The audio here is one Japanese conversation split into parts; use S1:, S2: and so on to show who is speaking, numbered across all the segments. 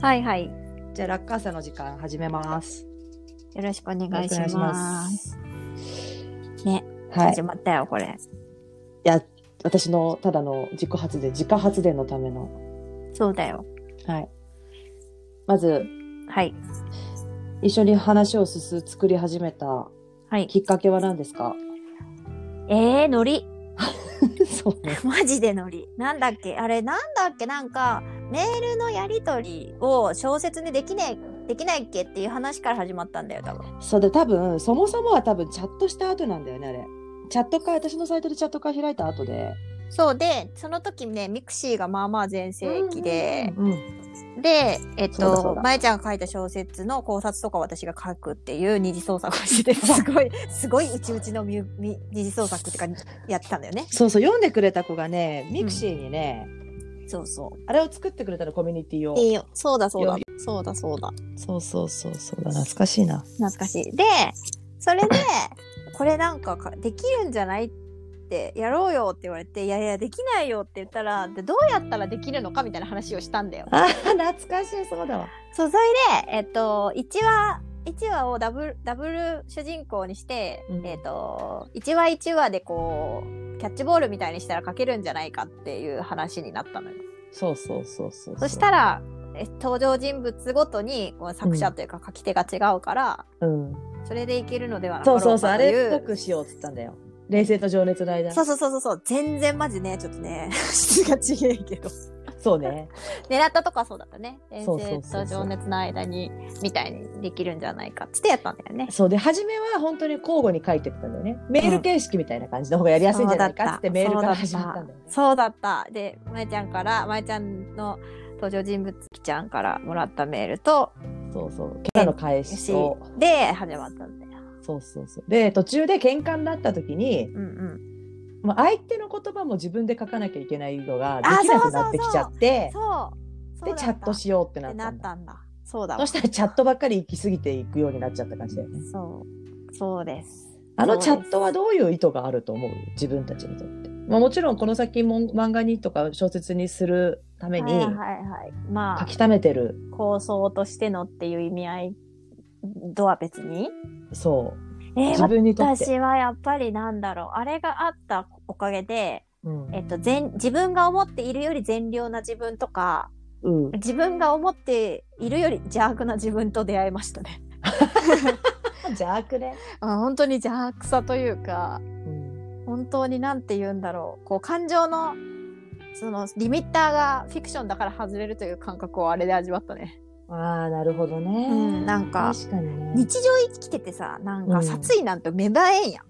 S1: はいはい。よ
S2: じゃあ、落下傘の時間始めます。
S1: ろしくお願いし
S2: よろくお願
S1: ま
S2: い
S1: す。
S2: します
S1: ね。
S2: はい。
S1: 始まったよ、これ。
S2: いや、私のただの自己発電、自家発電のための。
S1: そうだよ。
S2: はい。まず、
S1: はい。
S2: 一緒に話をすす作り始めた
S1: はい。
S2: きっかけは何ですか
S1: えー、のり。
S2: そうね。
S1: マジでのり。なんだっけあれ、なんだっけなんか、メールのやりとりを小説にできねえ、できないっけっていう話から始まったんだよ、多分。
S2: そうで、多分、そもそもは多分チャットした後なんだよね、あれ。チャット会、私のサイトでチャット会開いた後で。
S1: そうで、その時ね、ミクシーがまあまあ全盛期で、
S2: うん。
S1: で、えっ
S2: そうだそう
S1: と
S2: だ、
S1: まえちゃんが書いた小説の考察とかを私が書くっていう二次創作をして、すごい、すごい内々のみみ二次創作ってか、やってたんだよね。
S2: そうそう、読んでくれた子がね、ミクシーにね、
S1: そうそ
S2: あれを作ってくれたの、コミュニティを
S1: う。いいよ。そうだそうだ。そうだそうだ。
S2: そうそうそうそうだ、懐かしいな。
S1: 懐かしい。で、そ れで、これなんかかできるんじゃないって、やろうよって言われて、いやいや、できないよって言ったら、でどうやったらできるのかみたいな話をしたんだよ。
S2: あー、懐かしい、そうだわ。
S1: そう、それで、えっと、1話、一話をダブル、ダブル主人公にして、
S2: うん
S1: えっと、1話1話でこう、キャッチボールみたいにしたら書けるんじゃないかっていう話になったのよ。
S2: そうそうそうそう。
S1: そしたら、え登場人物ごとにこう作者というか書き手が違うから、
S2: ら、うん。
S1: それでいけるのではなか
S2: そ
S1: ろ
S2: う
S1: う
S2: そう
S1: か
S2: そう、あ
S1: とい
S2: れっぽくしようっつったんだよ。冷静と情熱の間。
S1: そうそうそうそうそう全然マジねちょっとね 質が違えけど
S2: そうね。
S1: 狙ったとこはそうだったね遠
S2: そうそうそう
S1: 征
S2: そう
S1: と情熱の間にみたいにできるんじゃないかっつってやったんだよね
S2: そうで、初めは本当に交互に書いてったんだよね。メール形式みたいな感じの方がやりやすいんじゃないかっつって
S1: そうだ
S2: メ
S1: った
S2: ールから始まったんだよね。
S1: そうだったでまえちゃんからまえちゃんの登場人物きちゃんからもらったメールと
S2: そうそう。キャラの返しと。
S1: で始まったんだよ
S2: そうそうそう。で、途中で喧嘩になった時に、
S1: うんうん
S2: まあ、相手の言葉も自分で書かなきゃいけないのができなくなってきちゃって、
S1: そうそう
S2: で、チャットしようってな
S1: よう
S2: っ
S1: って
S2: た
S1: なんった
S2: だ。
S1: んだそうだわ
S2: そしたらチャットばっかり行き過ぎていくようになっちゃった感じだよね。
S1: そうそうです
S2: あのチ
S1: そう
S2: ャ
S1: です
S2: ットはどういう意図があると思う自分たちにとって。まあ、もちろんこの先も漫画にとか小説にするため
S1: は
S2: に
S1: いはいはいま
S2: 書
S1: あ
S2: き溜めてる、
S1: 構想としてのっていう意味合いとは別に、
S2: そう
S1: え
S2: 自
S1: ー、
S2: 分にとって。
S1: 私はやっぱりなんだろうあれがあったおかげで、
S2: うん
S1: えっと、全自分が思っているより善良な自分とか
S2: うん、
S1: 自分が思っているより邪悪な自分と出会いましたね。
S2: 邪悪ね、
S1: あ本当に邪悪さというか
S2: うん。
S1: 本当になんて言うんだろうこう感情のそのリミッターがフィクションだから外れるという感覚をあれで味わったね。
S2: ああなるほどね、
S1: うんなんか
S2: 確かにね。
S1: 日常生きててさなん
S2: う
S1: か
S2: ん
S1: 殺意なんて芽生えんやん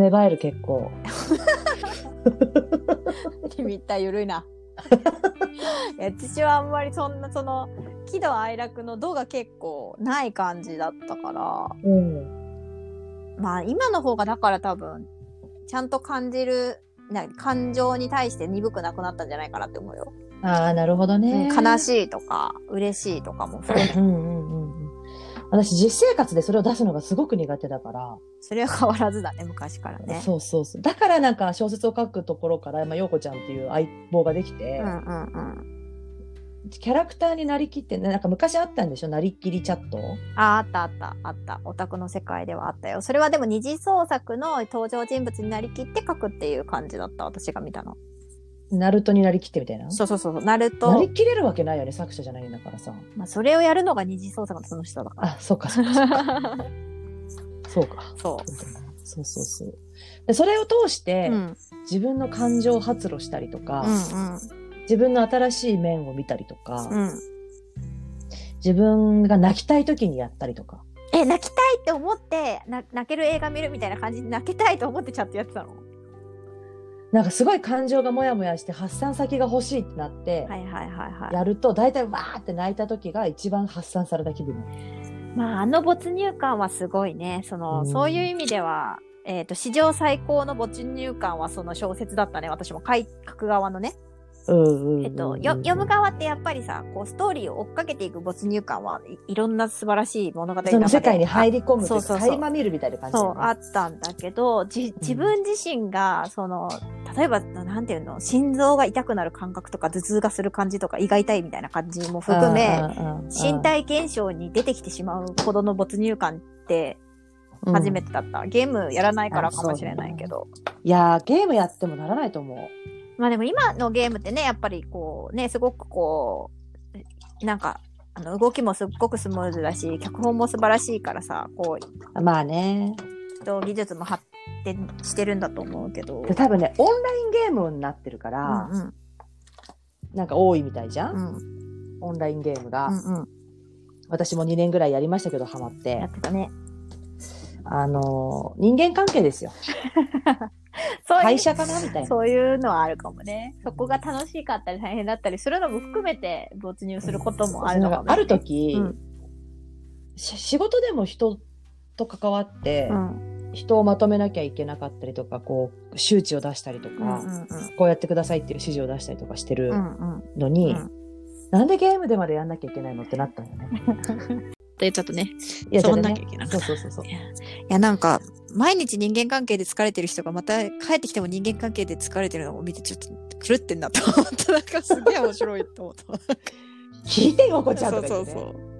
S2: 芽生える結構。
S1: 君一体緩いな。 いや私はあんまりそんなその喜怒哀楽の度が結構ない感じだったから
S2: うん、
S1: まあ今の方がだから多分ちゃんと感じるな感情に対して鈍くなくなったんじゃないかなって思うよ、
S2: ああなるほどね。
S1: うん悲しいとか嬉しいとかも含め
S2: うんうんうんうん。私実生活でそれを出すのがすごく苦手だから。
S1: それは変わらずだね昔からね
S2: そうそうそう。だからなんか小説を書くところから、まあ、陽子ちゃんっていう相棒ができて、
S1: うんうんうん
S2: キャラクターになりきって、ね、なんか昔あったんでしょなりっきりチャット。
S1: ああったあったあったオタクの世界ではあったよそれはでも二次創作の登場人物になりきって書くっていう感じだった私が見たの
S2: ナルトになりきってみたいな。
S1: そうそうそうそう、ナル
S2: な
S1: ト
S2: り。きれるわけないよね、作者じゃないんだからさ。
S1: まあ、それをやるのが二次創作のその人だか
S2: あ、そうか、そうか、そ うか。
S1: ら。
S2: そうか
S1: そ
S2: そうそうそう。でそれを通して、
S1: う。うん。
S2: 自分の感情を発露したりとか、
S1: うん
S2: 自分の新しい面を見たりとか、
S1: うん。うん。
S2: 自分が泣きたい時にやったりとか。
S1: え、泣きたいって思って、な泣ける映画見るみたいな感じで泣きたいと思ってちゃってやってたの
S2: なんかすごい感情がモヤモヤして発散先が欲しいってなって、
S1: はいはいはいはい。
S2: やると大体わーって泣いた時が一番発散された気分になる
S1: まあ、あの没入感はすごいね。その、
S2: うん
S1: そういう意味では、えっ、と、史上最高の没入感はその小説だったね。私も書い書く側のね。
S2: うんうん
S1: えっと、よ読む側ってやっぱりさこうストーリーを追っかけていく没入感はいいろんな素晴らしい物語の
S2: その世界に入
S1: り
S2: り込むと
S1: そ
S2: いうう
S1: そう
S2: か、
S1: そう
S2: 垣間見るみたいな感じだ
S1: そ
S2: よ
S1: う
S2: ね。
S1: あったんだけどじ自分自身がその例えばなんていうの心臓が痛くなる感覚とか頭痛がする感じとか胃が痛いみたいな感じも含め
S2: うん、
S1: 身体現象に出てきてしまうほどの没入感って初め
S2: て。
S1: てだった、ゲームやらないからかもしれないけど
S2: いやー、ゲームやってもならないと思う。
S1: まあでも今のゲームってねやっぱりこうねすごくこうなんかあの動きもすっごくスムーズだし脚本も素晴らしいからさこう
S2: まあね。
S1: きっと技術も発展してるんだと思うけど。
S2: で多分ね、オンラインゲームになってるか
S1: う
S2: ら、
S1: んうん
S2: なんか多いみたいじゃ、
S1: うんん
S2: オンラインゲームが、
S1: うんうん
S2: 私も2年ぐらいやりましたけど、ハマっ
S1: やっ。
S2: て
S1: てたね。
S2: あのー人間関係ですよ。
S1: そういう
S2: 会社かなみたいな。
S1: そういうのはあるかもね。そこが楽しかったり大変だったりするのも含めて没入することもあるのかも、ね。
S2: ある時、
S1: うん
S2: し仕事でも人と関わって、
S1: うん
S2: 人をまとめなきゃいけなかったりとか、こう、周知を出したりとか、
S1: うんうん
S2: こうやってくださいっていう指示を出したりとかしてる
S1: うんうんうん。っ
S2: のに、
S1: うん
S2: なんでゲームでまでやんなきゃいけないのってなったんよね。
S1: て言っちゃったね。い
S2: いや、
S1: そ
S2: じゃ
S1: う
S2: あ
S1: な
S2: ね
S1: きゃいけなか
S2: そ
S1: っ
S2: うそうそうそう。
S1: やなんか毎日人間関係で疲れてる人がまた帰ってきても人間関係で疲れてるのを見てちょっと狂ってんなと思った。なんかすげえ面白いと思った。
S2: 聞いてよ、こちゃん
S1: そ
S2: と
S1: うそう
S2: か言って、ね。
S1: そう。